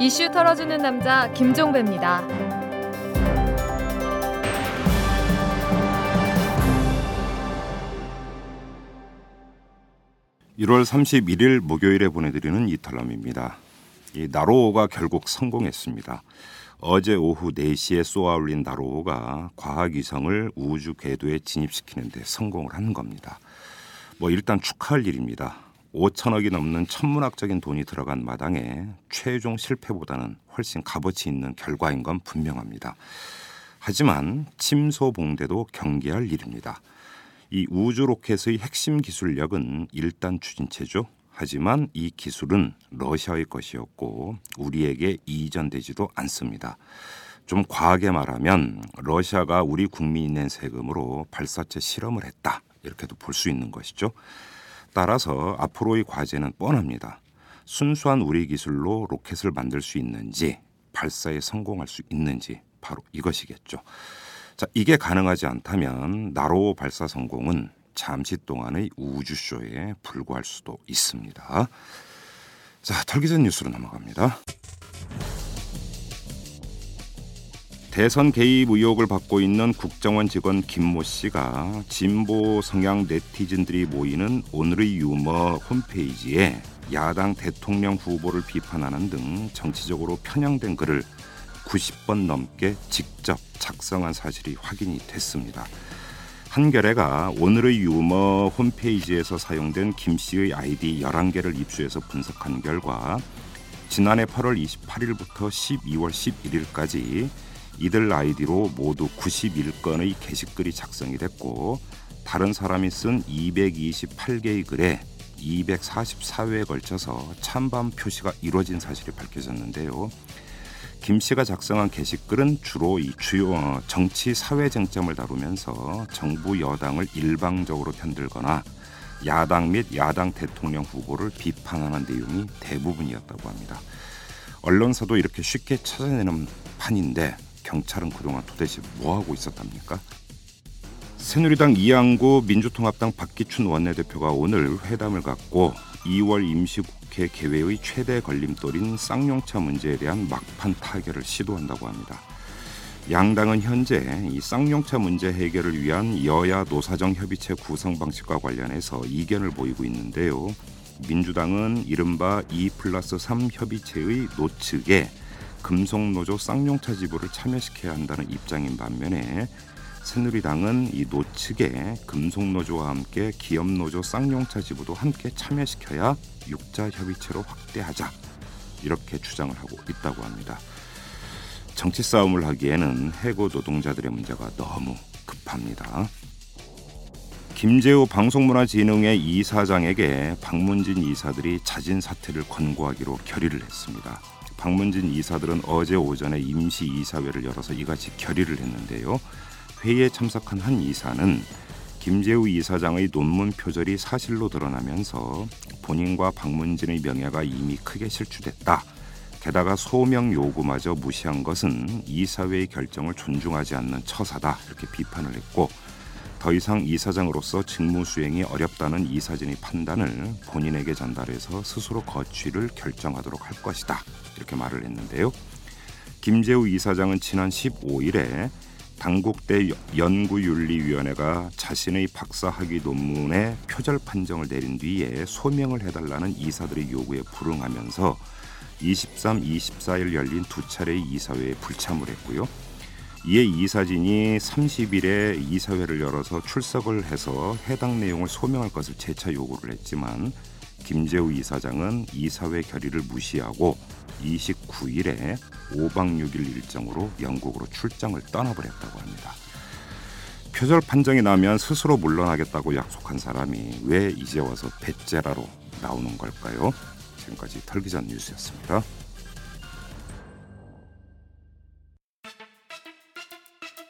이슈 털어주는 남자 김종배입니다. 1월 31일 목요일에 보내드리는 이탈람입니다. 이 나로호가 결국 성공했습니다. 어제 오후 4시에 쏘아올린 나로호가 과학위성을 우주 궤도에 진입시키는 데 성공을 한 겁니다. 뭐 일단 축하할 일입니다. 5천억이 넘는 천문학적인 돈이 들어간 마당에 최종 실패보다는 훨씬 값어치 있는 결과인 건 분명합니다. 하지만 침소봉대도 경계할 일입니다. 이 우주 로켓의 핵심 기술력은 일단 추진체죠. 하지만 이 기술은 러시아의 것이었고 우리에게 이전되지도 않습니다. 좀 과하게 말하면 러시아가 우리 국민이 낸 세금으로 발사체 실험을 했다. 이렇게도 볼 수 있는 것이죠. 따라서 앞으로의 과제는 뻔합니다. 순수한 우리 기술로 로켓을 만들 수 있는지 발사에 성공할 수 있는지 바로 이것이겠죠. 자, 이게 가능하지 않다면 나로 발사 성공은 잠시 동안의 우주쇼에 불과할 수도 있습니다. 자, 털기전 뉴스로 넘어갑니다. 대선 개입 의혹을 받고 있는 국정원 직원 김모 씨가 진보 성향 네티즌들이 모이는 오늘의 유머 홈페이지에 야당 대통령 후보를 비판하는 등 정치적으로 편향된 글을 90번 넘게 직접 작성한 사실이 확인이 됐습니다. 한겨레가 오늘의 유머 홈페이지에서 사용된 김 씨의 아이디 11개를 입수해서 분석한 결과 지난해 8월 28일부터 12월 11일까지 이들 아이디로 모두 91건의 게시글이 작성이 됐고 다른 사람이 쓴 228개의 글에 244회에 걸쳐서 찬반 표시가 이루어진 사실이 밝혀졌는데요. 김 씨가 작성한 게시글은 주로 이 주요 어, 정치 사회 쟁점을 다루면서 정부 여당을 일방적으로 편들거나 야당 및 야당 대통령 후보를 비판하는 내용이 대부분이었다고 합니다. 언론사도 이렇게 쉽게 찾아내는 판인데 경찰은 그동안 도대체 뭐 하고 있었답니까? 새누리당 이양구 민주통합당 박기춘 원내대표가 오늘 회담을 갖고 2월 임시국회 개회의 최대 걸림돌인 쌍용차 문제에 대한 막판 타결을 시도한다고 합니다. 양당은 현재 이 쌍용차 문제 해결을 위한 여야 노사정 협의체 구성 방식과 관련해서 이견을 보이고 있는데요. 민주당은 이른바 2 플러스 3 협의체의 노측에 금속노조 쌍용차 지부를 참여시켜야 한다는 입장인 반면에 새누리당은 이 노측에 금속노조와 함께 기업노조 쌍용차 지부도 함께 참여시켜야 육자 협의체로 확대하자 이렇게 주장을 하고 있다고 합니다. 정치 싸움을 하기에는 해고 노동자들의 문제가 너무 급합니다. 김재호 방송문화진흥회 이사장에게 박문진 이사들이 자진 사퇴를 권고하기로 결의를 했습니다. 박문진 이사들은 어제 오전에 임시 이사회를 열어서 이같이 결의를 했는데요. 회의에 참석한 한 이사는 김재우 이사장의 논문 표절이 사실로 드러나면서 본인과 박문진의 명예가 이미 크게 실추됐다. 게다가 소명 요구마저 무시한 것은 이사회의 결정을 존중하지 않는 처사다. 이렇게 비판을 했고 더 이상 이사장으로서 직무 수행이 어렵다는 이사진의 판단을 본인에게 전달해서 스스로 거취를 결정하도록 할 것이다. 이렇게 말을 했는데요. 김재우 이사장은 지난 15일에 당국대 연구윤리위원회가 자신의 박사학위 논문에 표절 판정을 내린 뒤에 소명을 해달라는 이사들의 요구에 불응하면서 23, 24일 열린 두 차례의 이사회에 불참을 했고요. 예, 이에 이사진이 30일에 이사회를 열어서 출석을 해서 해당 내용을 소명할 것을 재차 요구를 했지만 김재우 이사장은 이사회 결의를 무시하고 29일에 5박 6일 일정으로 영국으로 출장을 떠나버렸다고 합니다. 표절 판정이 나면 스스로 물러나겠다고 약속한 사람이 왜 이제 와서 배째라로 나오는 걸까요? 지금까지 털기전 뉴스였습니다.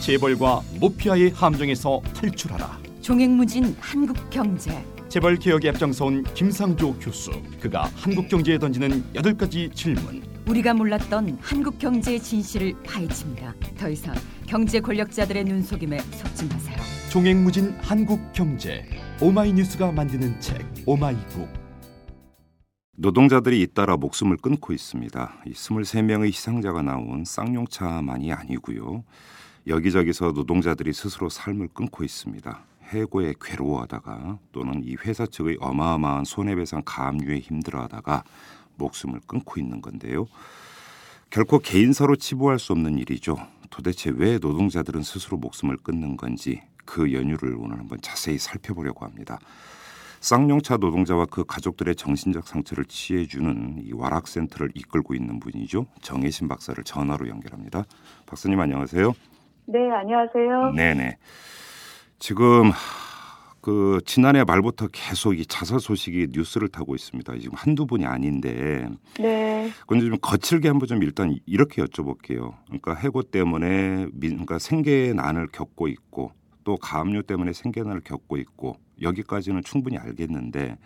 재벌과 모피아의 함정에서 탈출하라. 종횡무진 한국 경제 재벌 개혁에 앞장서온 김상조 교수. 그가 한국 경제에 던지는 여덟 가지 질문. 우리가 몰랐던 한국 경제의 진실을 파헤칩니다. 더 이상 경제 권력자들의 눈속임에 속지 마세요. 종횡무진 한국 경제. 오마이뉴스가 만드는 책 오마이국. 노동자들이 잇따라 목숨을 끊고 있습니다. 이 23명의 희생자가 나온 쌍용차만이 아니고요. 여기저기서 노동자들이 스스로 삶을 끊고 있습니다. 해고에 괴로워하다가 또는 이 회사 측의 어마어마한 손해배상 감유에 힘들어하다가 목숨을 끊고 있는 건데요. 결코 개인사로 치부할 수 없는 일이죠. 도대체 왜 노동자들은 스스로 목숨을 끊는 건지 그 연유를 오늘 한번 자세히 살펴보려고 합니다. 쌍용차 노동자와 그 가족들의 정신적 상처를 치유해주는 이 와락센터를 이끌고 있는 분이죠. 정혜신 박사를 전화로 연결합니다. 박사님 안녕하세요. 네, 안녕하세요. 네네. 지금 하, 그 지난해 말부터 계속 이 자살 소식이 뉴스를 타고 있습니다. 지금 한두 분이 아닌데 네, 근데 좀 거칠게 한번 좀 일단 이렇게 여쭤볼게요. 그러니까 해고 때문에 민, 그러니까 생계의 난을 겪고 있고 또 가압류 때문에 생계 난을 겪고 있고 여기까지는 충분히 알겠는데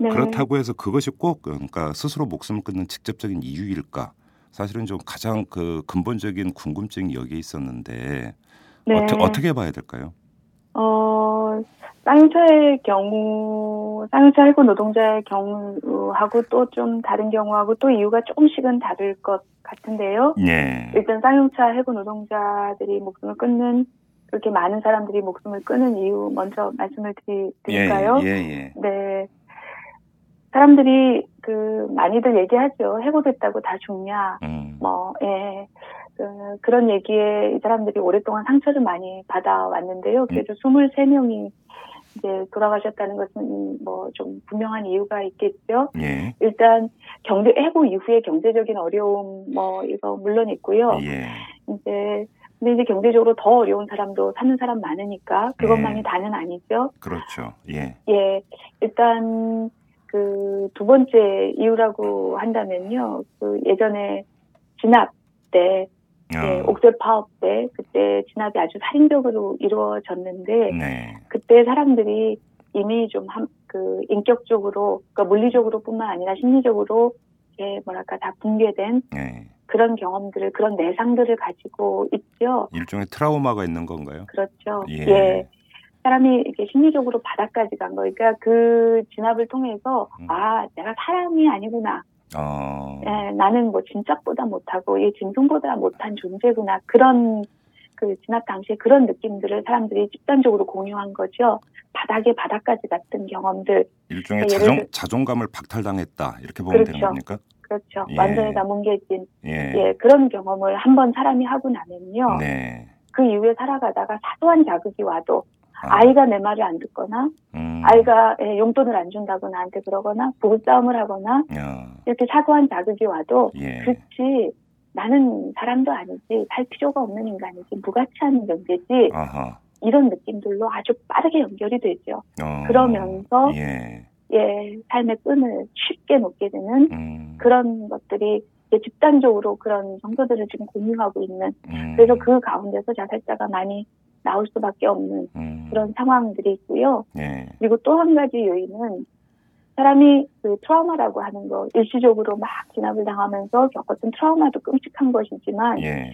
네. 그렇다고 해서 그것이 꼭 그러니까 스스로 목숨을 끊는 직접적인 이유일까? 사실은 좀 가장 그 근본적인 궁금증이 여기에 있었는데 네. 어떻게 어떻게 봐야 될까요? 어, 쌍용차의 경우, 쌍용차 해고 노동자의 경우하고 또 좀 다른 경우하고 또 이유가 조금씩은 다를 것 같은데요. 네. 일단 쌍용차 해고 노동자들이 목숨을 끊는 그렇게 많은 사람들이 목숨을 끊는 이유 먼저 말씀을 드리, 드릴까요? 예, 예. 네. 사람들이 그 많이들 얘기하죠. 해고됐다고 다 죽냐. 음. 뭐, 예. 그, 그런 얘기에 이 사람들이 오랫동안 상처를 많이 받아왔는데요. 그래도 23명이 이제 돌아가셨다는 것은 뭐 좀 분명한 이유가 있겠죠. 예. 일단 경제 해고 이후에 경제적인 어려움 뭐 이거 물론 있고요. 예. 이제 근데 이제 경제적으로 더 어려운 사람도 사는 사람 많으니까 예. 그것만이 다는 아니죠. 그렇죠. 예. 예, 일단 그 두 번째 이유라고 한다면요. 그 예전에 진압 때 네, 어, 옥절 파업 때 그때 진압이 아주 살인적으로 이루어졌는데 네. 그때 사람들이 이미 좀 그 인격적으로 그러니까 물리적으로뿐만 아니라 심리적으로 예, 뭐랄까 다 붕괴된 예. 그런 경험들을 그런 내상들을 가지고 있죠. 일종의 트라우마가 있는 건가요? 그렇죠. 예. 사람이 이렇게 심리적으로 바닥까지 간 거. 그러니까 그 진압을 통해서 음. 아 내가 사람이 아니구나. 어. 예, 나는 뭐 진짜보다 못하고 얘 진동보다 못한 존재구나 그런 그 진압 당시에 그런 느낌들을 사람들이 집단적으로 공유한 거죠. 바닥에 바닥까지 같은 경험들 일종의 그러니까 자존 예를 들- 자존감을 박탈당했다 이렇게 보면 되는 그렇죠. 겁니까? 그렇죠. 예. 완전히 다 뭉개진 예. 예, 그런 경험을 한번 사람이 하고 나면요. 네. 그 이후에 살아가다가 사소한 자극이 와도 아, 아. 이가내 말을 안 듣거나 음. 아이가 예, 용돈을 안 준다고 나한테 그러거나 부부싸움을 하거나 야, 이렇게 사소한 자극이 와도 어. 예. 그치 나는 사람도 아니지 살 필요가 없는 인간이지 무가치한 존재지 아하. 이런 느낌들로 아주 빠르게 연결이 되죠. 어. 그러면서 예. 예 삶의 끈을 쉽게 놓게 되는 음. 그런 것들이 이제 집단적으로 그런 정서들을 지금 공유하고 있는 음. 그래서 그 가운데서 자살자가 많이 나올 수밖에 없는 음. 그런 상황들이 있고요. 예. 그리고 또 한 가지 요인은 사람이 그 트라우마라고 하는 거 일시적으로 막 진압을 당하면서 겪었던 트라우마도 끔찍한 것이지만 예.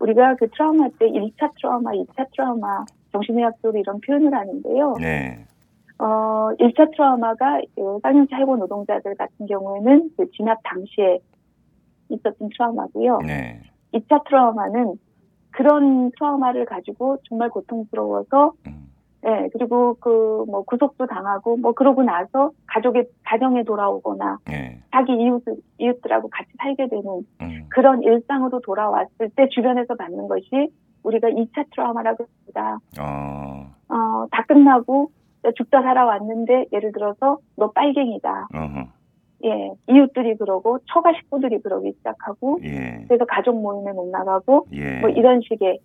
우리가 그 트라우마 때 1차 트라우마, 2차 트라우마, 정신의학적으로 이런 표현을 하는데요. 네. 어, 1차 트라우마가 어, 쌍용차 해고 노동자들 같은 경우에는 그 진압 당시에 있었던 트라우마고요. 네. 2차 트라우마는 그런 트라우마를 가지고 정말 고통스러워서 음. 예, 그리고 그 뭐 구속도 당하고 뭐 그러고 나서 가족의 가정에 돌아오거나 예. 자기 이웃 이웃들하고 같이 살게 되는 음. 그런 일상으로 돌아왔을 때 주변에서 받는 것이 우리가 2차 트라우마라고 합니다. 어. 어, 다 끝나고 죽다 살아왔는데 예를 들어서 너 빨갱이다. 어허. 예, 이웃들이 그러고 처가 식구들이 그러기 시작하고 예. 그래서 가족 모임에 못 나가고 예. 네. 뭐 이런 식의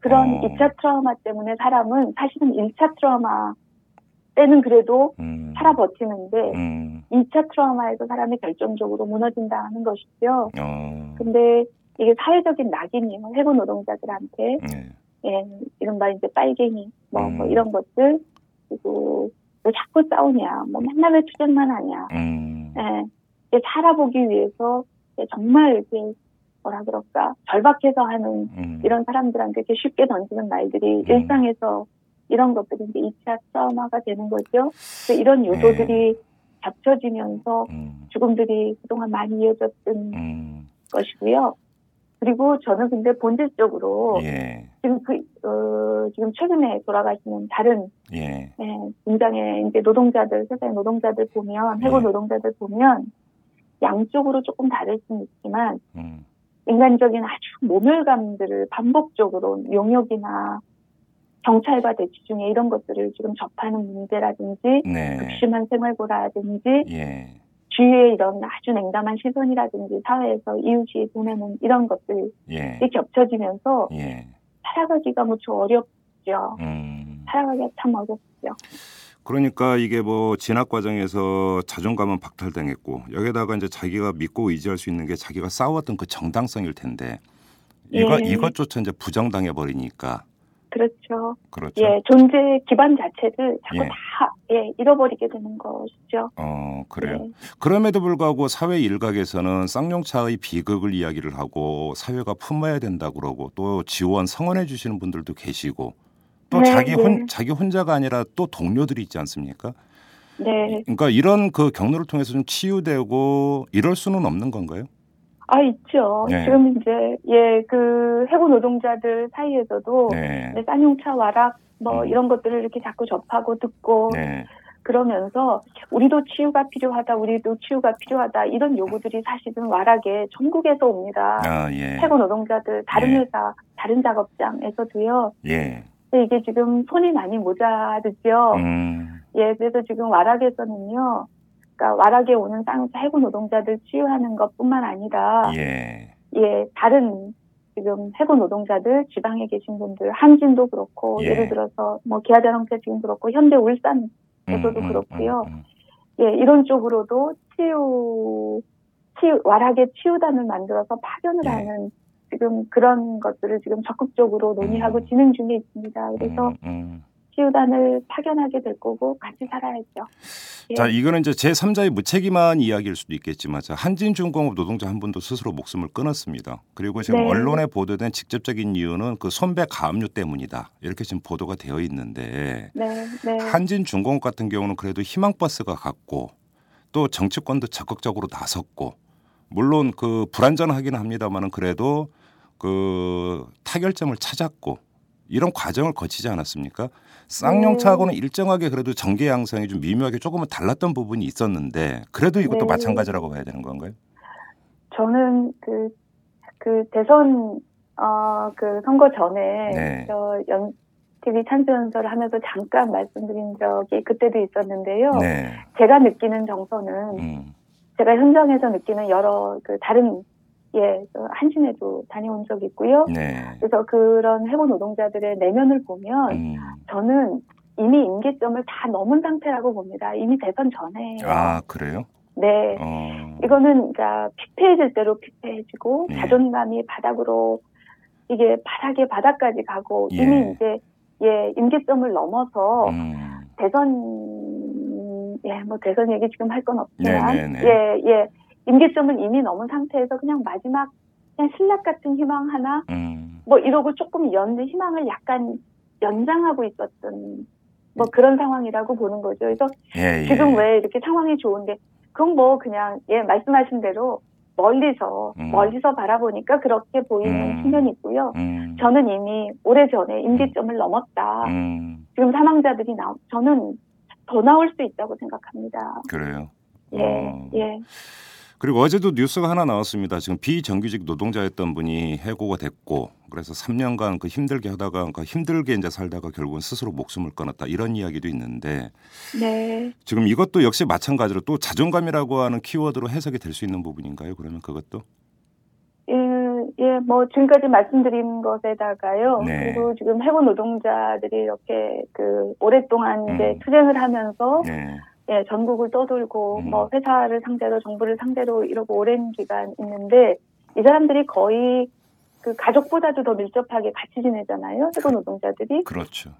그런 어. 2차 트라우마 때문에 사람은 사실은 1차 트라우마 때는 그래도 음. 살아 버티는데 음. 이 2차 트라우마에서 사람이 결정적으로 무너진다 하는 것이죠. 어. 근데 이게 사회적인 낙인이요. 해고 노동자들한테 예. 뭐 예, 이른바 이제 빨갱이, 뭐, 음. 뭐 이런 것들, 그리고 왜 자꾸 싸우냐, 뭐 맨날 왜 투쟁만 하냐, 음, 예, 이제 살아보기 위해서 이제 정말 이렇게 뭐라 그럴까, 절박해서 하는 음. 이런 사람들한테 이렇게 쉽게 던지는 말들이 일상에서 이런 것들이 이제 2차 트라우마가 되는 거죠. 그래서 네. 이런 요소들이 겹쳐지면서 음, 죽음들이 그동안 많이 이어졌던 음, 것이고요. 그리고 저는 근데 본질적으로 예, 지금 그, 어, 지금 최근에 돌아가시는 다른, 예, 예, 공장의 이제 노동자들, 회사의 노동자들 보면, 해고 네. 노동자들 보면, 양쪽으로 조금 다를 수는 있지만, 음, 인간적인 아주 모멸감들을 반복적으로 용역이나 경찰과 대치 중에 이런 것들을 지금 접하는 문제라든지, 네, 극심한 생활고라든지, 예, 주위에 이런 아주 냉담한 시선이라든지, 사회에서 이웃이 보내는 이런 것들이 예, 겹쳐지면서 예, 살아가기가 무척 어렵죠. 음. 살아가기가 참 어렵죠. 그러니까 이게 뭐 진학 과정에서 자존감은 박탈당했고 여기다가 이제 자기가 믿고 의지할 수 있는 게 자기가 싸웠던 그 정당성일 텐데 이거 예. 이것조차 이제 부정당해 버리니까 그렇죠. 그렇죠. 예, 존재 기반 자체를 자꾸 예. 다, 예, 잃어버리게 되는 것이죠. 어 그래요. 네. 그럼에도 불구하고 사회 일각에서는 쌍용차의 비극을 이야기를 하고 사회가 품어야 된다 그러고 또 지원 성원해 주시는 분들도 계시고 또 네, 자기 네. 혼 자기 혼자가 아니라 또 동료들이 있지 않습니까? 네. 그러니까 이런 그 경로를 통해서 좀 치유되고 이럴 수는 없는 건가요? 아, 있죠. 네. 지금 이제, 예, 그, 해고 노동자들 사이에서도, 네. 이제 쌍용차 와락, 뭐, 음. 이런 것들을 이렇게 자꾸 접하고 듣고, 네. 그러면서, 우리도 치유가 필요하다, 우리도 치유가 필요하다, 이런 요구들이 사실은 와락에 전국에서 옵니다. 아, 예. 해고 노동자들, 다른 네. 회사, 다른 작업장에서도요, 예. 근데 이게 지금 손이 많이 모자르죠. 음. 예, 그래서 지금 와락에서는요, 그러니까 와락에 오는 쌍용차 해고 노동자들 치유하는 것뿐만 아니라, 예. 예, 다른 지금 해고 노동자들, 지방에 계신 분들, 한진도 그렇고, 예. 예. 를 들어서 뭐 기아자동차 지금 그렇고, 현대 울산, 저도 음, 음, 그렇고요. 음, 음. 예, 이런 쪽으로도 치유, 치유, 와락의 치유단을 만들어서 파견을 예. 하는 지금 그런 것들을 지금 적극적으로 논의하고 음. 진행 중에 있습니다. 그래서 음, 음. 치유단을 파견하게 될 거고 같이 살아야죠. 예. 자, 이거는 이제 제 3자의 무책임한 이야기일 수도 있겠지만 자, 한진중공업 노동자 한 분도 스스로 목숨을 끊었습니다. 그리고 지금 네. 언론에 보도된 직접적인 이유는 그 손배 가압류 때문이다. 이렇게 지금 보도가 되어 있는데 네, 네, 한진중공업 같은 경우는 그래도 희망버스가 같고 또 정치권도 적극적으로 나섰고 물론 그 불안전하기는 합니다만은 그래도 그 타결점을 찾았고 이런 과정을 거치지 않았습니까? 네. 쌍용차하고는 일정하게 그래도 전개 양상이 좀 미묘하게 조금은 달랐던 부분이 있었는데 그래도 이것도 네. 마찬가지라고 봐야 되는 건가요? 저는 그, 그 대선, 어, 그 선거 전에 네. 저 연, TV 찬스연설을 하면서 잠깐 말씀드린 적이 그때도 있었는데요. 네. 제가 느끼는 정서는 음. 제가 현장에서 느끼는 여러 그 다른 예, 저 한신에도 다녀온 적이 있고요. 네. 그래서 그런 해고 노동자들의 내면을 보면 음. 저는 이미 임계점을 다 넘은 상태라고 봅니다. 이미 대선 전에. 아, 그래요? 네. 어. 이거는 그러니까 피폐해질 대로 피폐해지고 예. 자존감이 바닥으로 이게 바닥에 바닥까지 가고 예. 이미 이제 예 임계점을 넘어서 음. 대선 예뭐 대선 얘기 지금 할 건 없지만 네네네. 예예 임계점을 이미 넘은 상태에서 그냥 마지막 그냥 신락 같은 희망 하나 음. 뭐 이러고 조금 연 희망을 약간 연장하고 있었던 뭐 그런 상황이라고 보는 거죠. 그래서 예, 예. 지금 왜 이렇게 상황이 좋은데 그건 뭐 그냥 예 말씀하신 대로 멀리서 음. 멀리서 바라보니까 그렇게 보이는 음. 측면이 있고요. 음. 저는 이미 오래 전에 임계점을 넘었다. 음. 지금 사망자들이 나 저는 더 나올 수 있다고 생각합니다. 그래요. 예, 어. 예, 그리고 어제도 뉴스가 하나 나왔습니다. 지금 비정규직 노동자였던 분이 해고가 됐고 그래서 3년간 그 힘들게 하다가 그 힘들게 이제 살다가 결국은 스스로 목숨을 끊었다 이런 이야기도 있는데 네. 지금 이것도 역시 마찬가지로 또 자존감이라고 하는 키워드로 해석이 될 수 있는 부분인가요? 그러면 그것도 예, 예, 뭐, 지금까지 말씀드린 것에다가요. 네. 그리고 지금 해고 노동자들이 이렇게 그, 오랫동안 음. 이제 투쟁을 하면서 네, 예, 전국을 떠돌고 음. 뭐 회사를 상대로 정부를 상대로 이러고 오랜 기간 있는데 이 사람들이 거의 그 가족보다도 더 밀접하게 같이 지내잖아요. 세고 노동자들이. 그렇죠.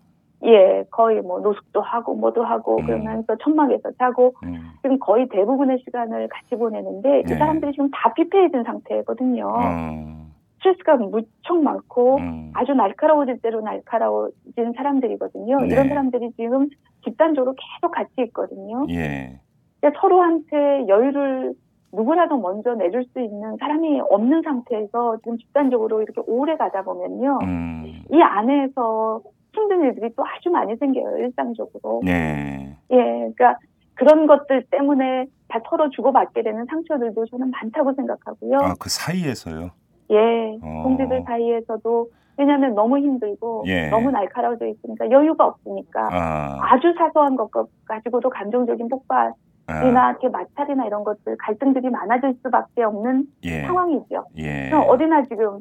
예, 거의 뭐 노숙도 하고 뭐도 하고 음. 그러면서 천막에서 자고 음. 지금 거의 대부분의 시간을 같이 보내는데 그 네. 사람들이 지금 다 피폐해진 상태거든요. 어, 스트레스가 무척 많고 음. 아주 날카로워질 대로 날카로워진 사람들이거든요. 네. 이런 사람들이 지금 집단적으로 계속 같이 있거든요. 예. 그러니까 서로한테 여유를 누구라도 먼저 내줄 수 있는 사람이 없는 상태에서 지금 집단적으로 이렇게 오래 가다 보면요. 음. 이 안에서 힘든 일들이 또 아주 많이 생겨요, 일상적으로. 네. 예, 그러니까 그런 것들 때문에 다 서로 주고받게 되는 상처들도 저는 많다고 생각하고요. 아, 그 사이에서요. 예, 어. 동지들 사이에서도 왜냐하면 너무 힘들고 예. 너무 날카로워져 있으니까 여유가 없으니까 아. 아. 주 사소한 것 가지고도 감정적인 폭발이나 아. 이렇게 마찰이나 이런 것들 갈등들이 많아질 수밖에 없는 예. 상황이죠. 예. 그럼 어디나 지금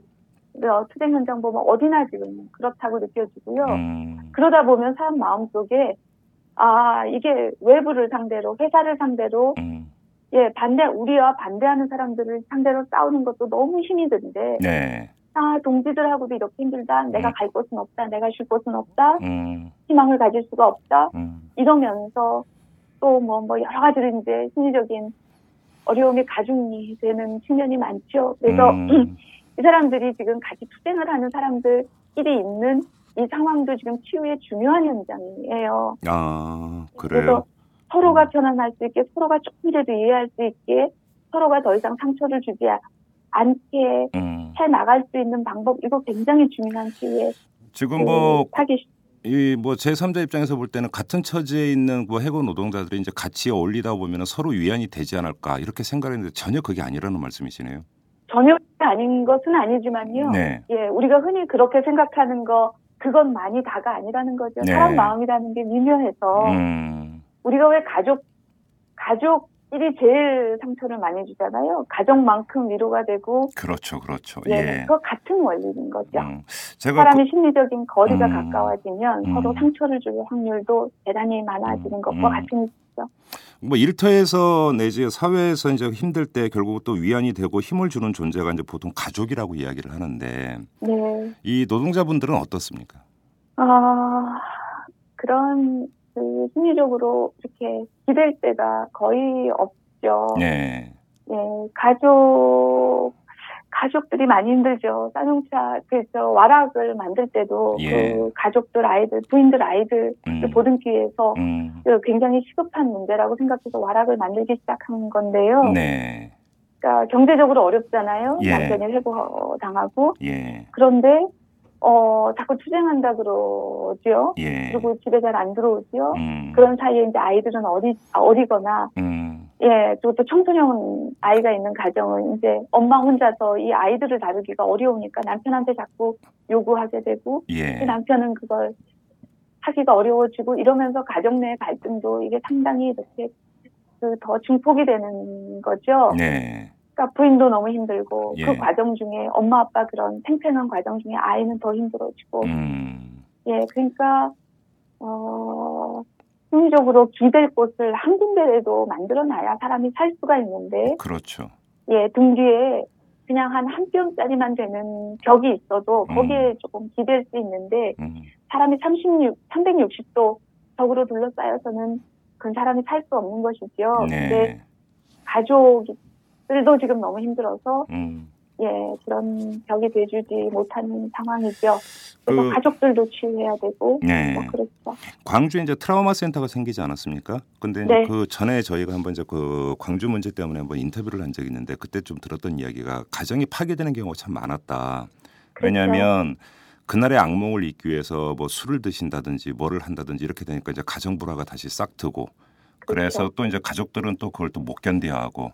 어, 투쟁 현장 보면 어디나 지금 그렇다고 느껴지고요. 음. 그러다 보면 사람 마음 속에 아 이게 외부를 상대로 회사를 상대로 음. 예 반대 우리와 반대하는 사람들을 상대로 싸우는 것도 너무 힘이 든데 네. 아 동지들하고도 이렇게 힘들다 내가 음. 갈 곳은 없다 내가 쉴 곳은 없다 음. 희망을 가질 수가 없다 음. 이러면서 또 뭐 뭐 여러 가지로 이제 심리적인 어려움이 가중이 되는 측면이 많죠 그래서 음. 이 사람들이 지금 같이 투쟁을 하는 사람들끼리 있는 이 상황도 지금 치유의 중요한 현장이에요. 아, 그래서 그래요. 서로가 편안할 수 있게, 서로가 조금이라도 이해할 수 있게, 서로가 더 이상 상처를 주지 않- 않게 음. 해 나갈 수 있는 방법, 이거 굉장히 중요한 치유의 지금 뭐 타깃. 이 뭐 제3자 입장에서 볼 때는 같은 처지에 있는 뭐 해고 노동자들이 이제 같이 어울리다 보면 서로 위안이 되지 않을까 이렇게 생각했는데 전혀 그게 아니라는 말씀이시네요. 전혀 아닌 것은 아니지만요. 네. 예, 우리가 흔히 그렇게 생각하는 거, 그건 많이 다가 아니라는 거죠. 네. 사람 마음이라는 게 미묘해서. 음. 우리가 왜 가족 가족끼리 제일 상처를 많이 주잖아요. 가족만큼 위로가 되고 그렇죠. 그렇죠. 예, 예. 그 같은 원리인 거죠. 음. 제가 그- 그렇죠. 사람이 심리적인 거리가 음. 가까워지면 음. 서로 상처를 줄 확률도 대단히 많아지는 것과 음. 같은 뭐 일터에서 내지 사회에서 이제 힘들 때 결국 또 위안이 되고 힘을 주는 존재가 이제 보통 가족이라고 이야기를 하는데 네. 이 노동자분들은 어떻습니까? 아 그런 그 심리적으로 이렇게 기댈 때가 거의 없죠. 네. 예, 가족, 가족들이 많이 힘들죠. 쌍용차, 그, 저, 와락을 만들 때도, 예. 그, 가족들, 아이들, 부인들, 아이들, 음. 을 보듬기에서, 음. 그 굉장히 시급한 문제라고 생각해서 와락을 만들기 시작한 건데요. 네. 그러니까 경제적으로 어렵잖아요. 예. 남편이 해고당하고. 예. 그런데, 어, 자꾸 투쟁한다 그러죠. 예. 그리고 집에 잘 안 들어오지요. 음. 그런 사이에 이제 아이들은 어리, 어리거나, 음. 예, 또, 또 청소년 아이가 있는 가정은 이제 엄마 혼자서 이 아이들을 다루기가 어려우니까 남편한테 자꾸 요구하게 되고 예. 그 남편은 그걸 하기가 어려워지고 이러면서 가정 내 갈등도 이게 상당히 이렇게 그 더 증폭이 되는 거죠. 네. 그러니까 부인도 너무 힘들고 예. 그 과정 중에 엄마 아빠 그런 팽팽한 과정 중에 아이는 더 힘들어지고 음. 예, 그러니까 어. 심리적으로 기댈 곳을 한 군데라도 만들어놔야 사람이 살 수가 있는데 그렇죠. 예, 등 뒤에 그냥 한 한 뼘짜리만 되는 벽이 있어도 음. 거기에 조금 기댈 수 있는데 음. 사람이 36, 360도 벽으로 둘러싸여서는 그건 사람이 살 수 없는 것이죠. 근데 네. 가족들도 지금 너무 힘들어서 음. 예, 그런 벽이 돼주지 못하는 상황이죠. 그래서 그- 가족들도 치유해야 되고 네. 뭐 그렇죠. 광주에 이제 트라우마 센터가 생기지 않았습니까? 근데 이제 네. 그 전에 저희가 한번 이제 그 광주 문제 때문에 한번 인터뷰를 한 적이 있는데 그때 좀 들었던 이야기가 가정이 파괴되는 경우가 참 많았다. 그렇죠. 왜냐하면 그날의 악몽을 잊기 위해서 뭐 술을 드신다든지 뭐를 한다든지 이렇게 되니까 이제 가정 불화가 다시 싹 트고 그래서 또 이제 가족들은 또 그걸 또 못 견뎌 하고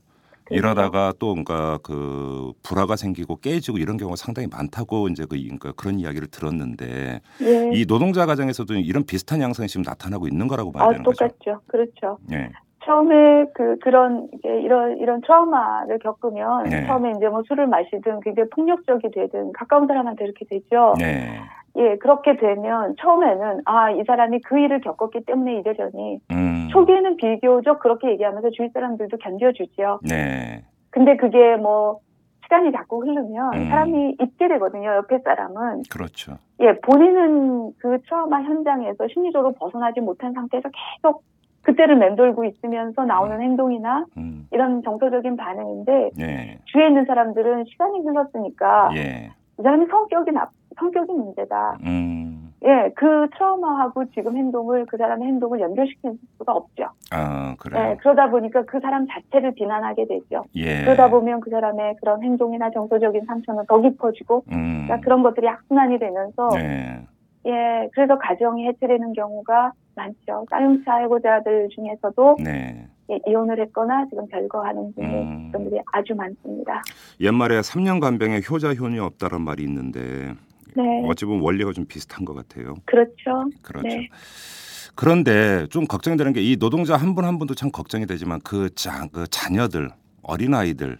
그렇죠. 이러다가 또 뭔가 그 불화가 생기고 깨지고 이런 경우가 상당히 많다고 이제 그 그러니까 그런 이야기를 들었는데 예. 이 노동자 가정에서도 이런 비슷한 양상이 지금 나타나고 있는 거라고 봐야 아, 되는 거죠. 똑같죠. 그렇죠. 예. 처음에 그 그런 이제 이런 이런 트라우마를 겪으면 네. 처음에 이제 뭐 술을 마시든 굉장히 폭력적이 되든 가까운 사람한테 이렇게 되죠. 네. 예, 그렇게 되면 처음에는 아, 이 사람이 그 일을 겪었기 때문에 이러려니 음. 초기에는 비교적 그렇게 얘기하면서 주위 사람들도 견뎌주지요. 네. 근데 그게 뭐 시간이 자꾸 흐르면 음. 사람이 잊게 되거든요. 옆에 사람은 그렇죠. 예 본인은 그 트라우마 현장에서 심리적으로 벗어나지 못한 상태에서 계속 그때를 맴돌고 있으면서 나오는 행동이나 음. 이런 정서적인 반응인데 예. 주위에 있는 사람들은 시간이 흘렀으니까 예. 이 사람이 성격이 나 성격이 문제다. 음. 예, 그 트라우마하고 지금 행동을 그 사람의 행동을 연결시킬 수가 없죠. 아, 그래요. 예, 그러다 보니까 그 사람 자체를 비난하게 되죠. 예. 네. 그러다 보면 그 사람의 그런 행동이나 정서적인 상처는 더 깊어지고 음. 그러니까 그런 것들이 악순환이 되면서 예. 예, 그래서 가정이 해체되는 경우가 많죠. 딸용차 해고자들 중에서도 네. 예, 이혼을 했거나 지금 별거하는 분이 음. 분들이 아주 많습니다. 옛말에 3년 간병에 효자 효녀 없다란 말이 있는데 네, 어찌 보면 원리가 좀 비슷한 것 같아요. 그렇죠. 그렇죠. 네. 그런데 좀 걱정이 되는 게 이 노동자 한 분 한 분도 참 걱정이 되지만 그, 자, 그 자녀들, 어린아이들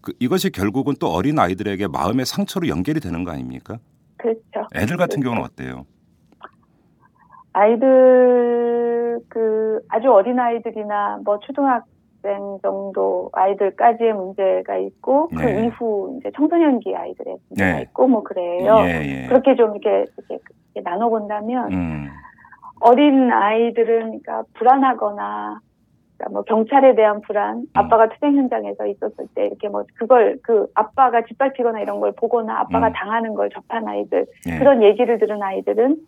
그 이것이 결국은 또 어린아이들에게 마음의 상처로 연결이 되는 거 아닙니까? 그렇죠. 애들 같은 경우는 어때요? 아이들 그 아주 어린 아이들이나 뭐 초등학생 정도 아이들까지의 문제가 있고 그 네. 이후 이제 청소년기 아이들의 문제가 네. 있고 뭐 그래요. 그렇죠. 예, 예. 그렇게 좀 이렇게, 이렇게, 이렇게 나눠본다면 음, 어린 아이들은 그러니까 불안하거나 그러니까 뭐 경찰에 대한 음. 불안, 아빠가 투쟁 현장에서 있었을 때 이렇게 뭐 그걸 그 아빠가 짓밟히거나 이런 걸 보거나 아빠가 음. 당하는 걸 접한 아이들 예. 그런 얘기를 들은 아이들은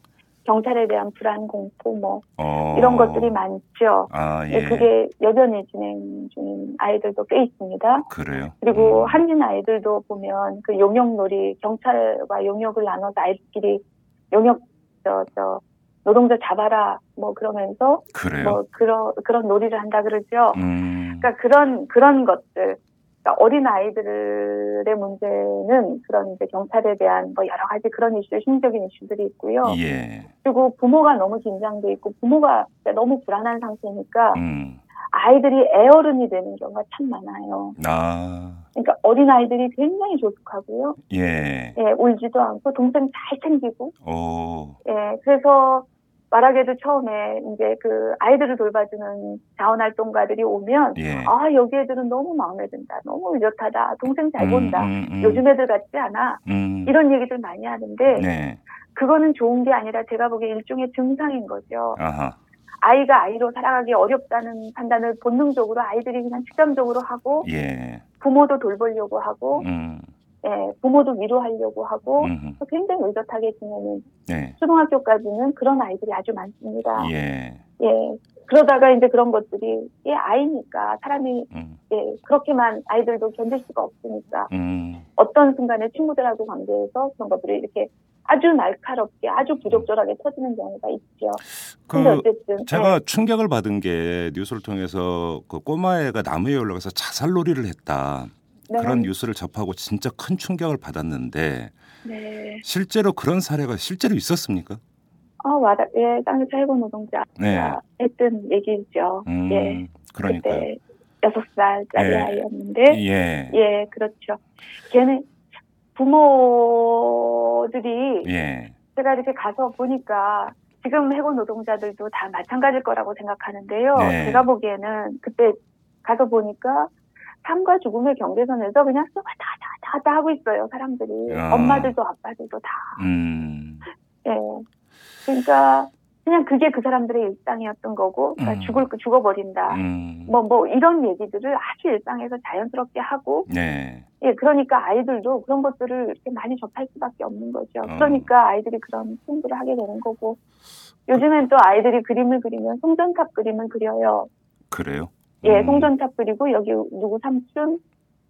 경찰에 대한 불안, 공포 뭐 어, 이런 것들이 많죠. 아, 예. 예, 그게 여전히 진행 중인 아이들도 꽤 있습니다. 그래요. 그리고 음, 한인 아이들도 보면 그 용역놀이 경찰과 용역을 나눠서 아이들끼리 용역 저, 저 노동자 잡아라 뭐 그러면서 그래요. 뭐 그런 그런 놀이를 한다 그러죠. 네. 음, 그러니까 그런 그런 것들. 그러니까 어린 아이들의 문제는 그런 이제 경찰에 대한 뭐 여러 가지 그런 이슈, 심리적인 이슈들이 있고요. 예. 그리고 부모가 너무 긴장돼 있고 부모가 진짜 너무 불안한 상태니까 음, 아이들이 애어른이 되는 경우가 참 많아요. 아, 그러니까 어린 아이들이 굉장히 조숙하고요. 예. 예, 울지도 않고 동생 잘 챙기고. 오, 예, 그래서 말하기도 처음에 이제 그 아이들을 돌봐주는 자원활동가들이 오면 예. 아 여기 애들은 너무 마음에 든다, 너무 의젓하다, 동생 잘 음, 본다, 음, 음, 요즘 애들 같지 않아 음, 이런 얘기들 많이 하는데 네. 그거는 좋은 게 아니라 제가 보기에 일종의 증상인 거죠. 아하. 아이가 아이로 살아가기 어렵다는 판단을 본능적으로 아이들이 그냥 직감적으로 하고 예. 부모도 돌보려고 하고 음. 예, 부모도 위로하려고 하고 음. 굉장히 의젓하게 지내는 네. 초등학교까지는 그런 아이들이 아주 많습니다. 예. 예. 그러다가 이제 그런 것들이 예 아이니까 사람이 음. 예, 그렇게만 아이들도 견딜 수가 없으니까 음. 어떤 순간에 친구들하고 관계에서 그런 것들이 이렇게 아주 날카롭게 아주 부적절하게 터지는 경우가 있죠. 근데 그 어쨌든 예. 제가 충격을 받은 게 뉴스를 통해서 그 꼬마애가 나무에 올라가서 자살놀이를 했다. 네, 그런 뉴스를 접하고 진짜 큰 충격을 받았는데 네. 실제로 그런 사례가 실제로 있었습니까? 아, 와라, 예, 땅에서 해고 노동자 네. 가 했던 얘기죠. 음. 예. 그러니까요. 그때 여섯 살짜리 예. 아이였는데, 예. 예, 그렇죠. 걔는 부모들이 예. 제가 이렇게 가서 보니까 지금 해고 노동자들도 다 마찬가지일 거라고 생각하는데요. 네. 제가 보기에는 그때 가서 보니까 삶과 죽음의 경계선에서 그냥 다다다다 하고 있어요. 사람들이 아. 엄마들도 아빠들도 다. 음. 예. 그러니까 그냥 그게 그 사람들의 일상이었던 거고, 음. 그러니까 죽을 거 죽어버린다. 음. 뭐, 뭐, 이런 얘기들을 아주 일상에서 자연스럽게 하고, 네. 예, 그러니까 아이들도 그런 것들을 이렇게 많이 접할 수밖에 없는 거죠. 음. 그러니까 아이들이 그런 풍부를 하게 되는 거고, 그 요즘엔 또 아이들이 그림을 그리면 송전탑 그림을 그려요. 그래요. 예, 음. 송전탑 그리고 여기 누구 삼촌,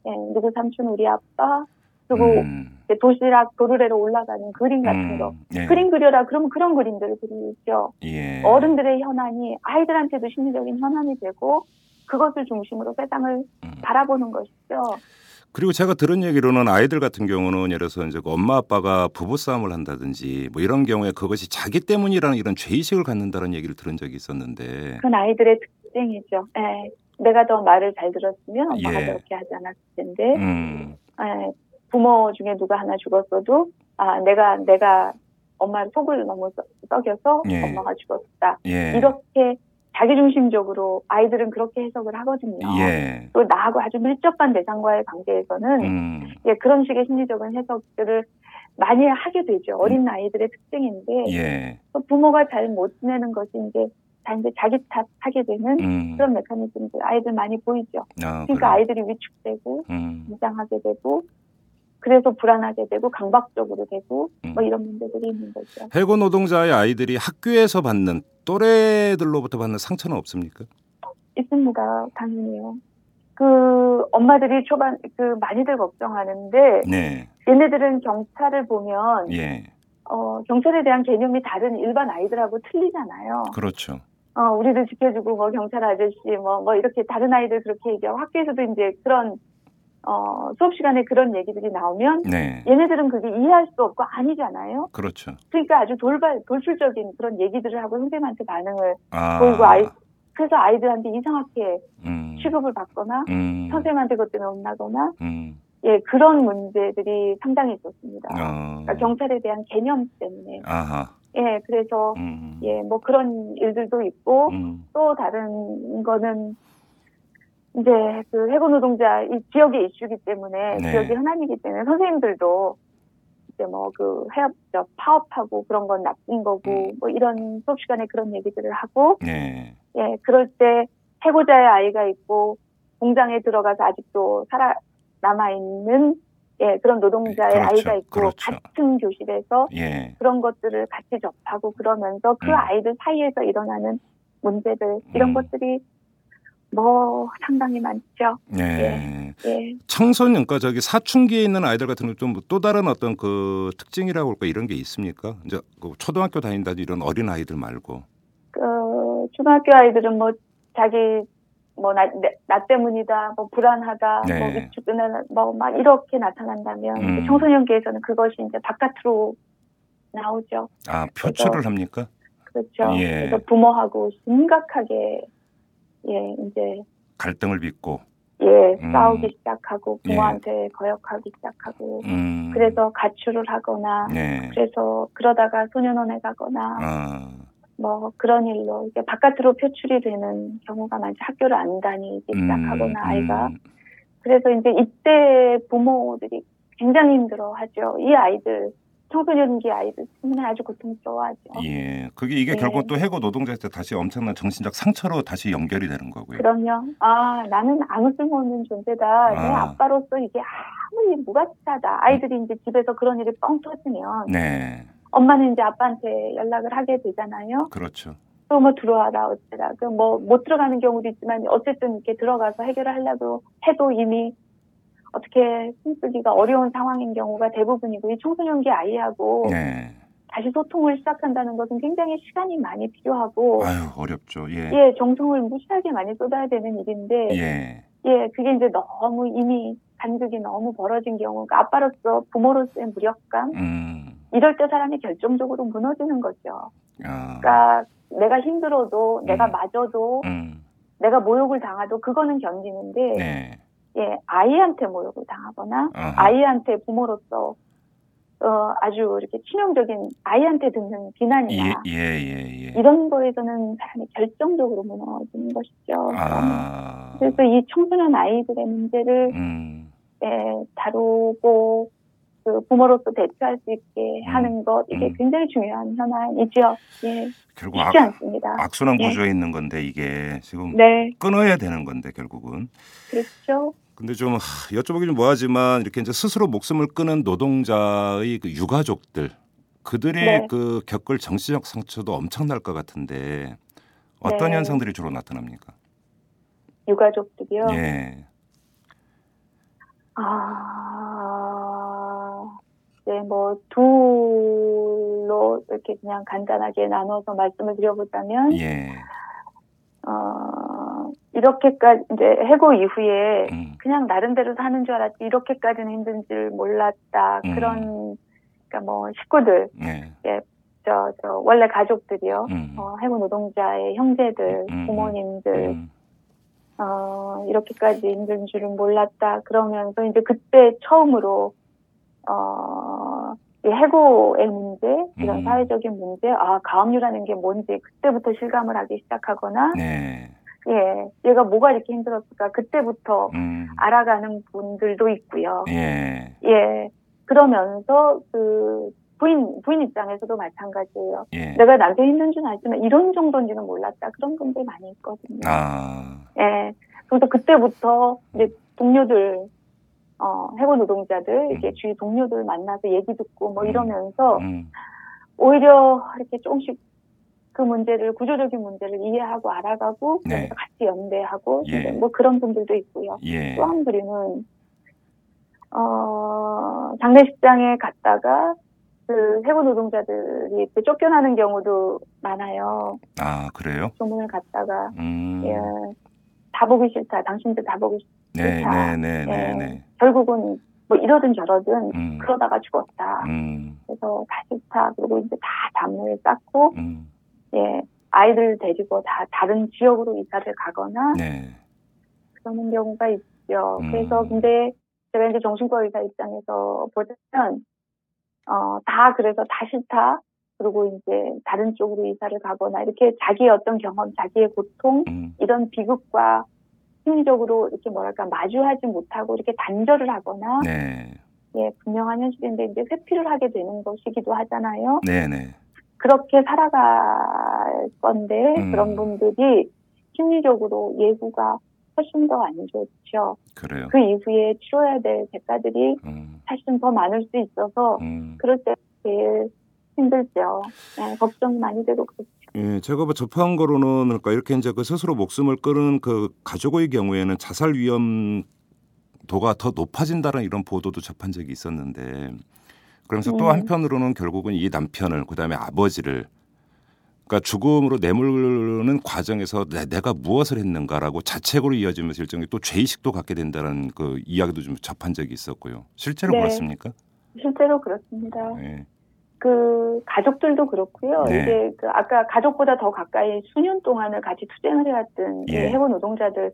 예, 누구 삼촌 우리 아빠, 그리고 음. 이제 도시락 도르래로 올라가는 그림 같은 거. 음. 예. 그림 그려라 그러면 그런 그림들을 그리죠. 예. 어른들의 현안이 아이들한테도 심리적인 현안이 되고 그것을 중심으로 세상을 음. 바라보는 것이죠. 그리고 제가 들은 얘기로는 아이들 같은 경우는 예를 들어서 이제 그 엄마 아빠가 부부싸움을 한다든지 뭐 이런 경우에 그것이 자기 때문이라는 이런 죄의식을 갖는다는 얘기를 들은 적이 있었는데 그건 아이들의 특징이죠. 예. 내가 더 말을 잘 들었으면 엄마가 예. 그렇게 하지 않았을 텐데 음, 예. 부모 중에 누가 하나 죽었어도 아 내가 내가 엄마 속을 너무 썩- 썩여서 예. 엄마가 죽었다 예. 이렇게 자기중심적으로 아이들은 그렇게 해석을 하거든요. 예. 또 나하고 아주 밀접한 대상과의 관계에서는 음. 예, 그런 식의 심리적인 해석들을 많이 하게 되죠. 어린 아이들의 특징인데 음. 예. 또 부모가 잘 못 지내는 것이 이제 다 이제 자기 탓하게 되는 음. 그런 메커니즘들 아이들 많이 보이죠. 아, 그러니까 그래요. 아이들이 위축되고 음. 긴장하게 되고 그래서 불안하게 되고 강박적으로 되고 뭐 음. 이런 문제들이 있는 거죠. 해고 노동자의 아이들이 학교에서 받는 또래들로부터 받는 상처는 없습니까? 있습니다. 당연히요. 그 엄마들이 초반 그 많이들 걱정하는데 네. 얘네들은 경찰을 보면 예. 어, 경찰에 대한 개념이 다른 일반 아이들하고 틀리잖아요. 그렇죠. 어, 우리를 지켜주고 뭐 경찰 아저씨 뭐, 뭐 이렇게 다른 아이들 그렇게 얘기하고 학교에서도 이제 그런 어, 수업 시간에 그런 얘기들이 나오면 네. 얘네들은 그게 이해할 수 없고 아니잖아요. 그렇죠. 그러니까 아주 돌발 돌출적인 그런 얘기들을 하고 선생님한테 반응을 아. 보이고 아이 그래서 아이들한테 이상하게 음. 취급을 받거나 음. 선생님한테 그것 때문에 혼나거나 음. 예 그런 문제들이 상당히 있었습니다. 어. 그러니까 경찰에 대한 개념 때문에 아하. 예 그래서 음. 예 뭐 그런 일들도 있고 음. 또 다른 거는 이제 그 해군 노동자 이 지역의 이슈기 때문에 네. 지역이 흔함이기 때문에 선생님들도 이제 뭐 그 해업 저 파업하고 그런 건 나쁜 음. 거고 뭐 이런 수업 시간에 그런 얘기들을 하고 네. 예 그럴 때 해고자의 아이가 있고 공장에 들어가서 아직도 살아 남아 있는 예 그런 노동자의 그렇죠, 아이가 있고 그렇죠. 같은 교실에서 예. 그런 것들을 같이 접하고 그러면서 그 음. 아이들 사이에서 일어나는 문제들 이런 음. 것들이 뭐 상당히 많죠. 네. 예. 청소년, 그러니까 저기 사춘기에 있는 아이들 같은 경우좀또 다른 어떤 그 특징이라고 할까 이런 게 있습니까? 이제 그 초등학교 다닌다든지 이런 어린 아이들 말고. 그 초등학교 아이들은 뭐 자기 뭐나 나 때문이다, 뭐 불안하다, 네. 뭐 위축되는 뭐막 이렇게 나타난다면 음. 청소년기에서는 그것이 이제 바깥으로 나오죠. 아, 표출을 합니까? 그렇죠. 예. 그래서 부모하고 심각하게 예 이제 갈등을 빚고. 예 음. 싸우기 시작하고 예. 부모한테 거역하기 시작하고 음. 그래서 가출을 하거나 네. 그래서 그러다가 소년원에 가거나 아. 뭐 그런 일로 이제 바깥으로 표출이 되는 경우가 많죠. 학교를 안 다니기 음, 시작하거나 아이가 음. 그래서 이제 이때 부모들이 굉장히 힘들어하죠. 이 아이들 청소년기 아이들 때문에 아주 고통스러워하죠. 예. 그게 이게 네. 결국 또 해고 노동자일 때 다시 엄청난 정신적 상처로 다시 연결이 되는 거고요. 그러면 아 나는 아무 쓸모없는 존재다. 내 아. 아빠로서 이게 아무리 무가치하다. 아이들이 이제 집에서 그런 일이 뻥 터지면 네. 엄마는 이제 아빠한테 연락을 하게 되잖아요. 그렇죠. 또 뭐 들어와라 어쩌라 그 뭐 못 들어가는 경우도 있지만 어쨌든 이렇게 들어가서 해결을 하려고 해도 이미 어떻게 힘쓰기가 어려운 상황인 경우가 대부분이고 이 청소년기 아이하고 네. 다시 소통을 시작한다는 것은 굉장히 시간이 많이 필요하고 아유, 어렵죠. 예. 예 정성을 무시하게 많이 쏟아야 되는 일인데 예. 예, 그게 이제 너무 이미 간극이 너무 벌어진 경우, 그러니까 아빠로서 부모로서의 무력감, 음. 이럴 때 사람이 결정적으로 무너지는 거죠. 아. 그러니까 내가 힘들어도, 내가 음. 맞아도, 음. 내가 모욕을 당하도 그거는 견디는데, 네. 예, 아이한테 모욕을 당하거나, 아하. 아이한테 부모로서 어, 아주 이렇게 치명적인 아이한테 듣는 예, 비난이나 예, 예, 예. 이런 거에서는 사람이 결정적으로 무너지는 것이죠. 아. 그래서 이 청소년 아이들의 문제를 음. 예, 다루고 그 부모로서 대처할 수 있게 음, 하는 것 이게 음. 아, 굉장히 중요한 현안이지요. 예, 결국 악, 쉽지 않습니다. 악순환 예. 구조에 있는 건데 이게 지금 네, 끊어야 되는 건데 결국은. 그렇죠. 근데 좀 하, 여쭤보기 좀 뭐하지만 이렇게 이제 스스로 목숨을 끊은 노동자의 그 유가족들 그들의 네. 그 겪을 정신적 상처도 엄청날 것 같은데 어떤 네. 현상들이 주로 나타납니까? 유가족들이요. 예, 아, 네, 뭐 둘로 이렇게 그냥 간단하게 나눠서 말씀을 드려보자면, 예, 어, 이렇게까지 이제 해고 이후에 음, 그냥 나름대로 사는 줄 알았지 이렇게까지는 힘든 줄 몰랐다 음. 그런 그러니까 뭐 식구들 예, 저, 저 원래 가족들이요. 음, 어, 해군 노동자의 형제들, 음. 부모님들, 음, 어, 이렇게까지 힘든 줄은 몰랐다. 그러면서 이제 그때 처음으로, 어, 이 해고의 문제, 이런 음. 사회적인 문제, 아, 가압류라는 게 뭔지 그때부터 실감을 하기 시작하거나, 네. 예, 얘가 뭐가 이렇게 힘들었을까, 그때부터 음. 알아가는 분들도 있고요. 예. 예, 그러면서 그 부인, 부인 입장에서도 마찬가지예요. 예. 내가 남편이 힘든 줄 알지만 이런 정도인지는 몰랐다. 그런 분들 많이 있거든요. 아. 예. 그래서 그때부터 이제 동료들, 어, 해고 노동자들, 이렇게 음. 주위 동료들 만나서 얘기 듣고 뭐 음. 이러면서 음. 오히려 이렇게 조금씩 그 문제를, 구조적인 문제를 이해하고 알아가고 네. 그래서 같이 연대하고 예. 이제 뭐 그런 분들도 있고요. 예. 또 한 그림은, 어, 장례식장에 갔다가 그 해고 노동자들이 이렇게 쫓겨나는 경우도 많아요. 아, 그래요? 조문을 갔다가. 음. 예. 다 보기 싫다. 당신들 다 보기 싫다. 네, 네, 네, 네, 네. 결국은 뭐 이러든 저러든 음. 그러다가 죽었다. 음. 그래서 다 싫다. 그리고 이제 다 담을 쌓고 음. 예 아이들 데리고 다 다른 지역으로 이사를 가거나 네. 그러는 경우가 있죠. 음. 그래서 근데 제가 이제 정신과 의사 입장에서 보자면 어다 그래서 다 싫다. 그리고 이제 다른 쪽으로 이사를 가거나 이렇게 자기의 어떤 경험, 자기의 고통 음. 이런 비극과 심리적으로 이렇게 뭐랄까 마주하지 못하고 이렇게 단절을 하거나 네. 예, 분명한 현실인데 이제 회피를 하게 되는 것이기도 하잖아요. 네, 네. 그렇게 살아갈 건데 음. 그런 분들이 심리적으로 예후가 훨씬 더 안 좋죠. 그래요. 그 이후에 치러야 될 대가들이 음. 사실은 더 많을 수 있어서 음. 그럴 때 제일 힘들죠. 예, 걱정이 많이 되고 그렇죠. 예, 제가 뭐 접한 거로는 그러니까 이렇게 이제 그 스스로 목숨을 끊은 그 가족의 경우에는 자살 위험 도가 더 높아진다는 이런 보도도 접한 적이 있었는데 그러면서 또 음. 한편으로는 결국은 이 남편을 그다음에 아버지를 그러니까 죽음으로 내몰는 과정에서 내, 내가 무엇을 했는가라고 자책으로 이어지면서 일종의 또 죄의식도 갖게 된다는 그 이야기도 좀 접한 적이 있었고요. 실제로 네. 그렇습니까? 실제로 그렇습니다. 예. 그 가족들도 그렇고요. 네. 이제 그 아까 가족보다 더 가까이 수년 동안을 같이 투쟁을 해왔던 이 예. 해고 노동자들.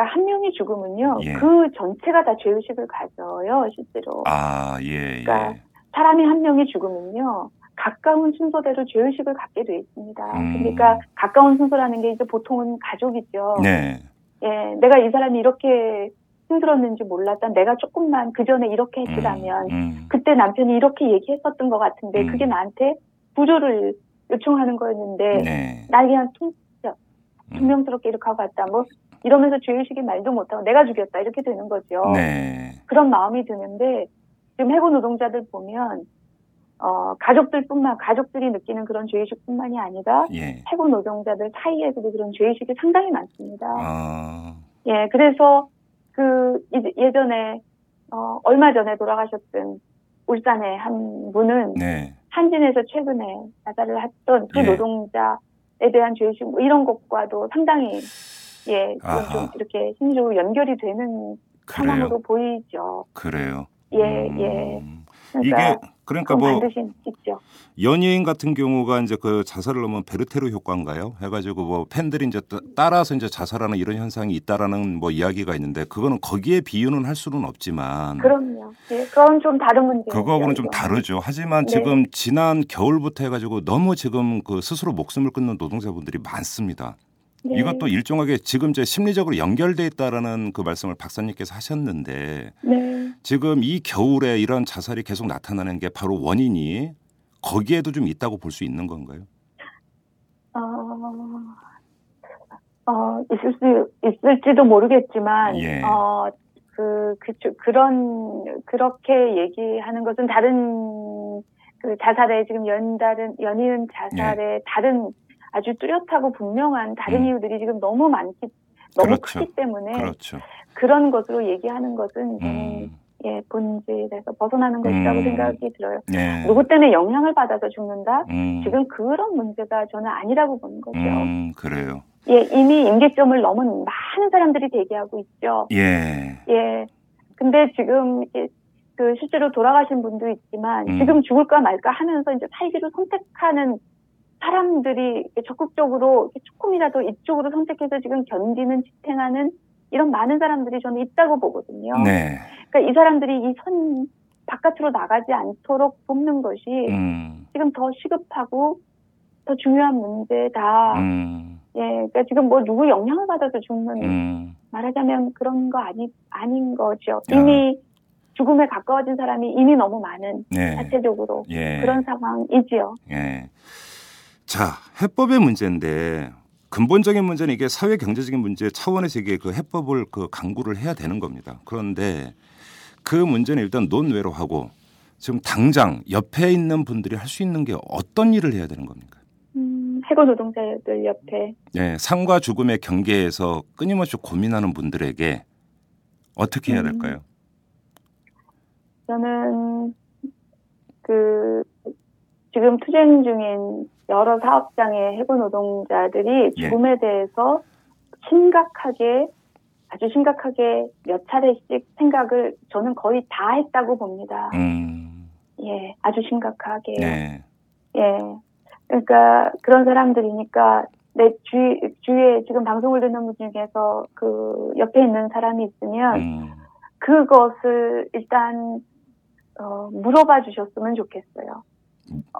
한 명이 죽으면요, 예. 그 전체가 다 죄의식을 가져요, 실제로. 아, 예, 예. 그러니까 사람이 한 명이 죽으면요, 가까운 순서대로 죄의식을 갖게 돼 있습니다. 음. 그러니까 가까운 순서라는 게 이제 보통은 가족이죠. 네. 예, 내가 이 사람이 이렇게 힘들었는지 몰랐다. 내가 조금만 그 전에 이렇게 했더라면 음, 그때 남편이 이렇게 얘기했었던 것 같은데 음. 그게 나한테 구조를 요청하는 거였는데 음. 네. 나 그냥 퉁- 음. 투명스럽게 이렇게 하고 왔다 뭐 이러면서 죄의식이 말도 못하고 내가 죽였다 이렇게 되는 거죠 네. 그런 마음이 드는데 지금 해고 노동자들 보면 어, 가족들뿐만 가족들이 느끼는 그런 죄의식뿐만이 아니라 예. 해고 노동자들 사이에서도 그런 죄의식이 상당히 많습니다 아, 예, 그래서 그 이제 예전에 어, 얼마 전에 돌아가셨던 울산의 한 분은 네. 한진에서 최근에 자살을 했던 그 예. 노동자에 대한 죄의식 뭐 이런 것과도 상당히 예, 그건 좀 아하. 이렇게 심리적으로 연결이 되는 그래요. 상황으로 보이죠. 그래요. 예, 예. 음. 그러니까 이게 그러니까 그건 뭐 반드시 있죠. 연예인 같은 경우가 이제 그 자살을 하면 베르테르 효과인가요? 해가지고 뭐 팬들이 이제 따- 따라서 이제 자살하는 이런 현상이 있다라는 뭐 이야기가 있는데 그거는 거기에 비유는 할 수는 없지만 그럼요. 예, 그건 좀 다른 문제예요. 그거하고는 좀 다르죠. 하지만 네. 지금 지난 겨울부터 해가지고 너무 지금 그 스스로 목숨을 끊는 노동자분들이 많습니다. 네, 이것도 일정하게 지금 제 심리적으로 연결돼 있다라는 그 말씀을 박사님께서 하셨는데 네, 지금 이 겨울에 이런 자살이 계속 나타나는 게 바로 원인이 거기에도 좀 있다고 볼 수 있는 건가요? 어, 어, 있을 수 있을지도 모르겠지만, 예. 어, 그, 그, 그런, 그렇게 얘기하는 것은 다른, 그 자살에, 지금 연다른, 연이은 자살에 다른 아주 뚜렷하고 분명한 다른 예. 음. 이유들이 지금 너무 많기, 너무 그렇죠. 크기 때문에 그렇죠. 그런 것으로 얘기하는 것은, 저는 음, 예, 본질에서 벗어나는 것이라고 음. 생각이 들어요. 네. 누구 때문에 영향을 받아서 죽는다? 음, 지금 그런 문제가 저는 아니라고 보는 거죠. 음, 그래요. 예, 이미 임계점을 넘은 많은 사람들이 대기하고 있죠. 예. 예. 근데 지금 이제 그 실제로 돌아가신 분도 있지만 음. 지금 죽을까 말까 하면서 이제 살기로 선택하는 사람들이 이렇게 적극적으로 이렇게 조금이라도 이쪽으로 선택해서 지금 견디는 지탱하는 이런 많은 사람들이 저는 있다고 보거든요. 네. 그러니까 이 사람들이 이 선 바깥으로 나가지 않도록 돕는 것이 음, 지금 더 시급하고 더 중요한 문제다. 음, 예, 그러니까 지금 뭐 누구 영향을 받아서 죽는 음, 말하자면 그런 거 아니 아닌 거죠. 아. 이미 죽음에 가까워진 사람이 이미 너무 많은 네, 자체적으로 예, 그런 상황이지요. 예. 자, 해법의 문제인데 근본적인 문제는 이게 사회 경제적인 문제 차원에서 이게 그 해법을 그 강구를 해야 되는 겁니다. 그런데 그 문제는 일단 논외로 하고 지금 당장 옆에 있는 분들이 할 수 있는 게 어떤 일을 해야 되는 겁니까? 음, 해고 노동자들 옆에 예, 삶과 죽음의 경계에서 끊임없이 고민하는 분들에게 어떻게 해야 음. 될까요? 저는 그 지금 투쟁 중인 여러 사업장의 해고 노동자들이 예. 죽음에 대해서 심각하게 아주 심각하게 몇 차례씩 생각을 저는 거의 다 했다고 봅니다. 음, 예, 아주 심각하게. 네, 예. 그러니까 그런 사람들이니까 내 주위 주위에 지금 방송을 듣는 분 중에서 그 옆에 있는 사람이 있으면 음, 그것을 일단 어, 물어봐 주셨으면 좋겠어요.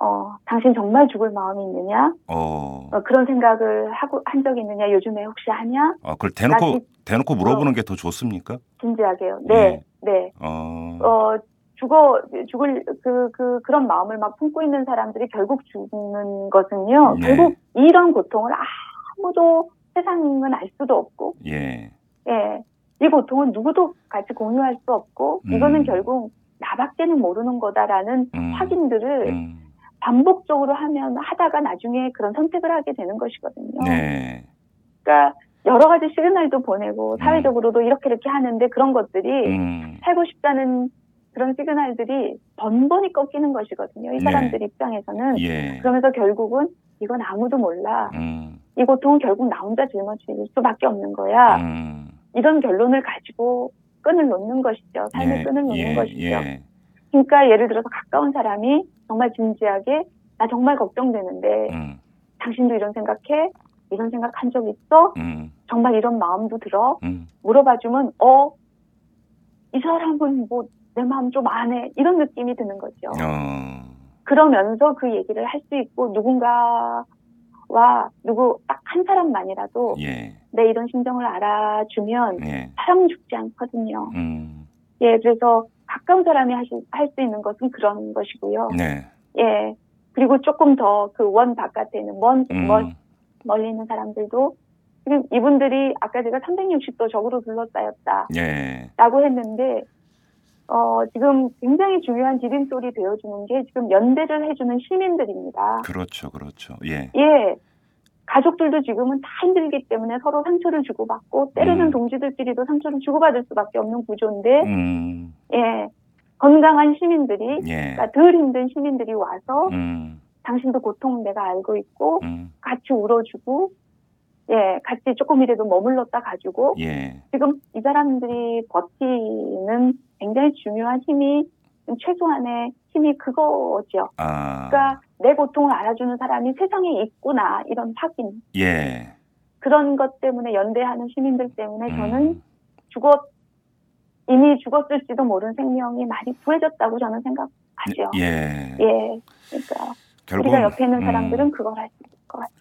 어, 당신 정말 죽을 마음이 있느냐? 어, 어, 그런 생각을 하고 한 적이 있느냐? 요즘에 혹시 하냐? 아, 그걸 대놓고 나지- 대놓고 물어보는 게 더 좋습니까? 예. 진지하게요. 네, 네. 어, 어, 죽어 죽을 그, 그 그런 마음을 막 품고 있는 사람들이 결국 죽는 것은요. 네. 결국 이런 고통을 아무도 세상은 알 수도 없고, 예, 예, 이 고통은 누구도 같이 공유할 수 없고, 이거는 음. 결국 나밖에는 모르는 거다라는 음. 확인들을 음, 반복적으로 하면 하다가 나중에 그런 선택을 하게 되는 것이거든요. 네, 그러니까 여러 가지 시그널도 보내고 사회적으로도 이렇게 이렇게 하는데 그런 것들이 음, 살고 싶다는 그런 시그널들이 번번이 꺾이는 것이거든요. 이 네. 사람들 입장에서는 예, 그러면서 결국은 이건 아무도 몰라. 음, 이 고통은 결국 나 혼자 짊어질 수밖에 없는 거야. 음, 이런 결론을 가지고 끈을 놓는 것이죠. 삶의 예, 끈을 놓는 예, 것이죠. 예, 그러니까 예를 들어서 가까운 사람이 정말 진지하게 나 정말 걱정되는데 음, 당신도 이런 생각해? 이런 생각 한 적 있어? 음, 정말 이런 마음도 들어? 음, 물어봐주면 어? 이 사람은 뭐 내 마음 좀 안 해. 이런 느낌이 드는 거죠. 어, 그러면서 그 얘기를 할 수 있고 누군가와 누구 딱 한 사람만이라도 예, 내 이런 심정을 알아주면 예, 사람은 죽지 않거든요. 음, 예, 그래서 가까운 사람이 할 수 있는 것은 그런 것이고요. 네, 예. 그리고 조금 더 그 원 바깥에 있는 먼, 멀, 음, 멀리 있는 사람들도 지금 이분들이 아까 제가 360도 적으로 둘러싸였다라고 예, 했는데 어, 지금 굉장히 중요한 디딤돌이 되어주는 게 지금 연대를 해주는 시민들입니다. 그렇죠, 그렇죠, 예, 예. 가족들도 지금은 다 힘들기 때문에 서로 상처를 주고받고 때로는 음. 동지들끼리도 상처를 주고받을 수밖에 없는 구조인데 음, 예. 건강한 시민들이 예, 그러니까 덜 힘든 시민들이 와서 음, 당신도 고통 내가 알고 있고 음, 같이 울어주고 예 같이 조금이라도 머물렀다 가지고 예, 지금 이 사람들이 버티는 굉장히 중요한 힘이 최소한의 힘이 그거죠. 아, 그러니까 내 고통을 알아주는 사람이 세상에 있구나 이런 확인 네, 예, 그런 것 때문에 연대하는 시민들 때문에 저는 음, 죽었 이미 죽었을지도 모르는 생명이 많이 구해졌다고 저는 생각하죠. 예, 예, 그러니까 우리가 결국은, 옆에 있는 음, 사람들은 그걸 할 수 있을 것 같아요.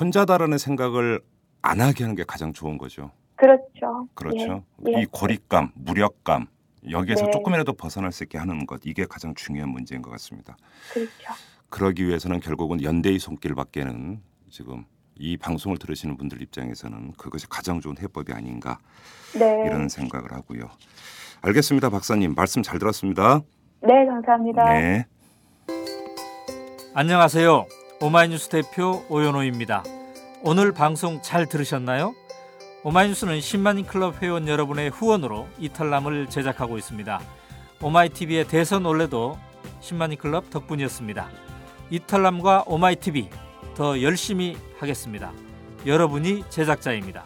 혼자다라는 생각을 안 하게 하는 게 가장 좋은 거죠. 그렇죠. 그렇죠. 예, 예. 이 고립감, 무력감 여기에서 네. 조금이라도 벗어날 수 있게 하는 것 이게 가장 중요한 문제인 것 같습니다. 예, 그렇죠. 그러기 위해서는 결국은 연대의 손길밖에는 지금 이 방송을 들으시는 분들 입장에서는 그것이 가장 좋은 해법이 아닌가 네. 이런 생각을 하고요. 알겠습니다, 박사님 말씀 잘 들었습니다. 네, 감사합니다. 네. 안녕하세요. 오마이뉴스 대표 오연호입니다. 오늘 방송 잘 들으셨나요? 오마이뉴스는 10만 클럽 회원 여러분의 후원으로 이탈남을 제작하고 있습니다. 오마이TV의 대선 올레도 10만 클럽 덕분이었습니다. 이탈남과 오마이TV 더 열심히 하겠습니다. 여러분이 제작자입니다.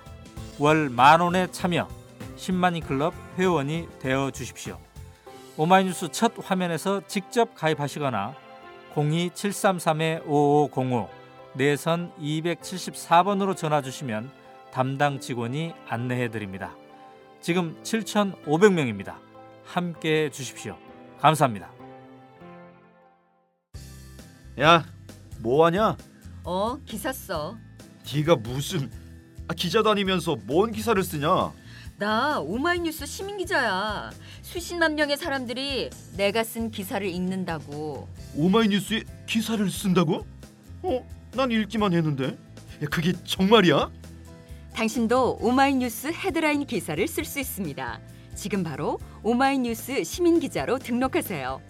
월 만 원에 참여 10만 클럽 회원이 되어 주십시오. 오마이뉴스 첫 화면에서 직접 가입하시거나 02733-5505 내선 274번으로 전화 주시면 담당 직원이 안내해 드립니다. 지금 7,500명입니다. 함께 해 주십시오. 감사합니다. 야, 뭐 하냐? 어, 기사 써. 네가 무슨 아, 기자 다니면서 뭔 기사를 쓰냐? 나 오마이뉴스 시민 기자야. 수십만 명의 사람들이 내가 쓴 기사를 읽는다고. 오마이뉴스에 기사를 쓴다고? 어, 난 읽기만 했는데. 야, 그게 정말이야? 당신도 오마이뉴스 헤드라인 기사를 쓸 수 있습니다. 지금 바로 오마이뉴스 시민 기자로 등록하세요.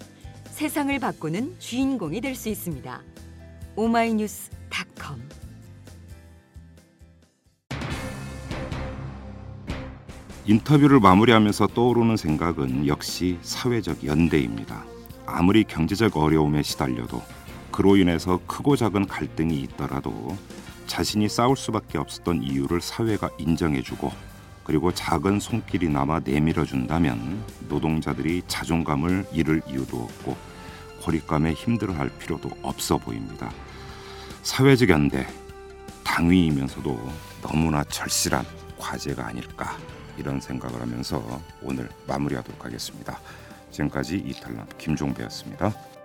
세상을 바꾸는 주인공이 될 수 있습니다. 오마이뉴스닷컴 인터뷰를 마무리하면서 떠오르는 생각은 역시 사회적 연대입니다. 아무리 경제적 어려움에 시달려도 그로 인해서 크고 작은 갈등이 있더라도 자신이 싸울 수밖에 없었던 이유를 사회가 인정해주고 그리고 작은 손길이나마 내밀어준다면 노동자들이 자존감을 잃을 이유도 없고 고립감에 힘들어할 필요도 없어 보입니다. 사회적 연대, 당위이면서도 너무나 절실한 과제가 아닐까 이런 생각을 하면서 오늘 마무리하도록 하겠습니다. 지금까지 이탈남 김종배였습니다.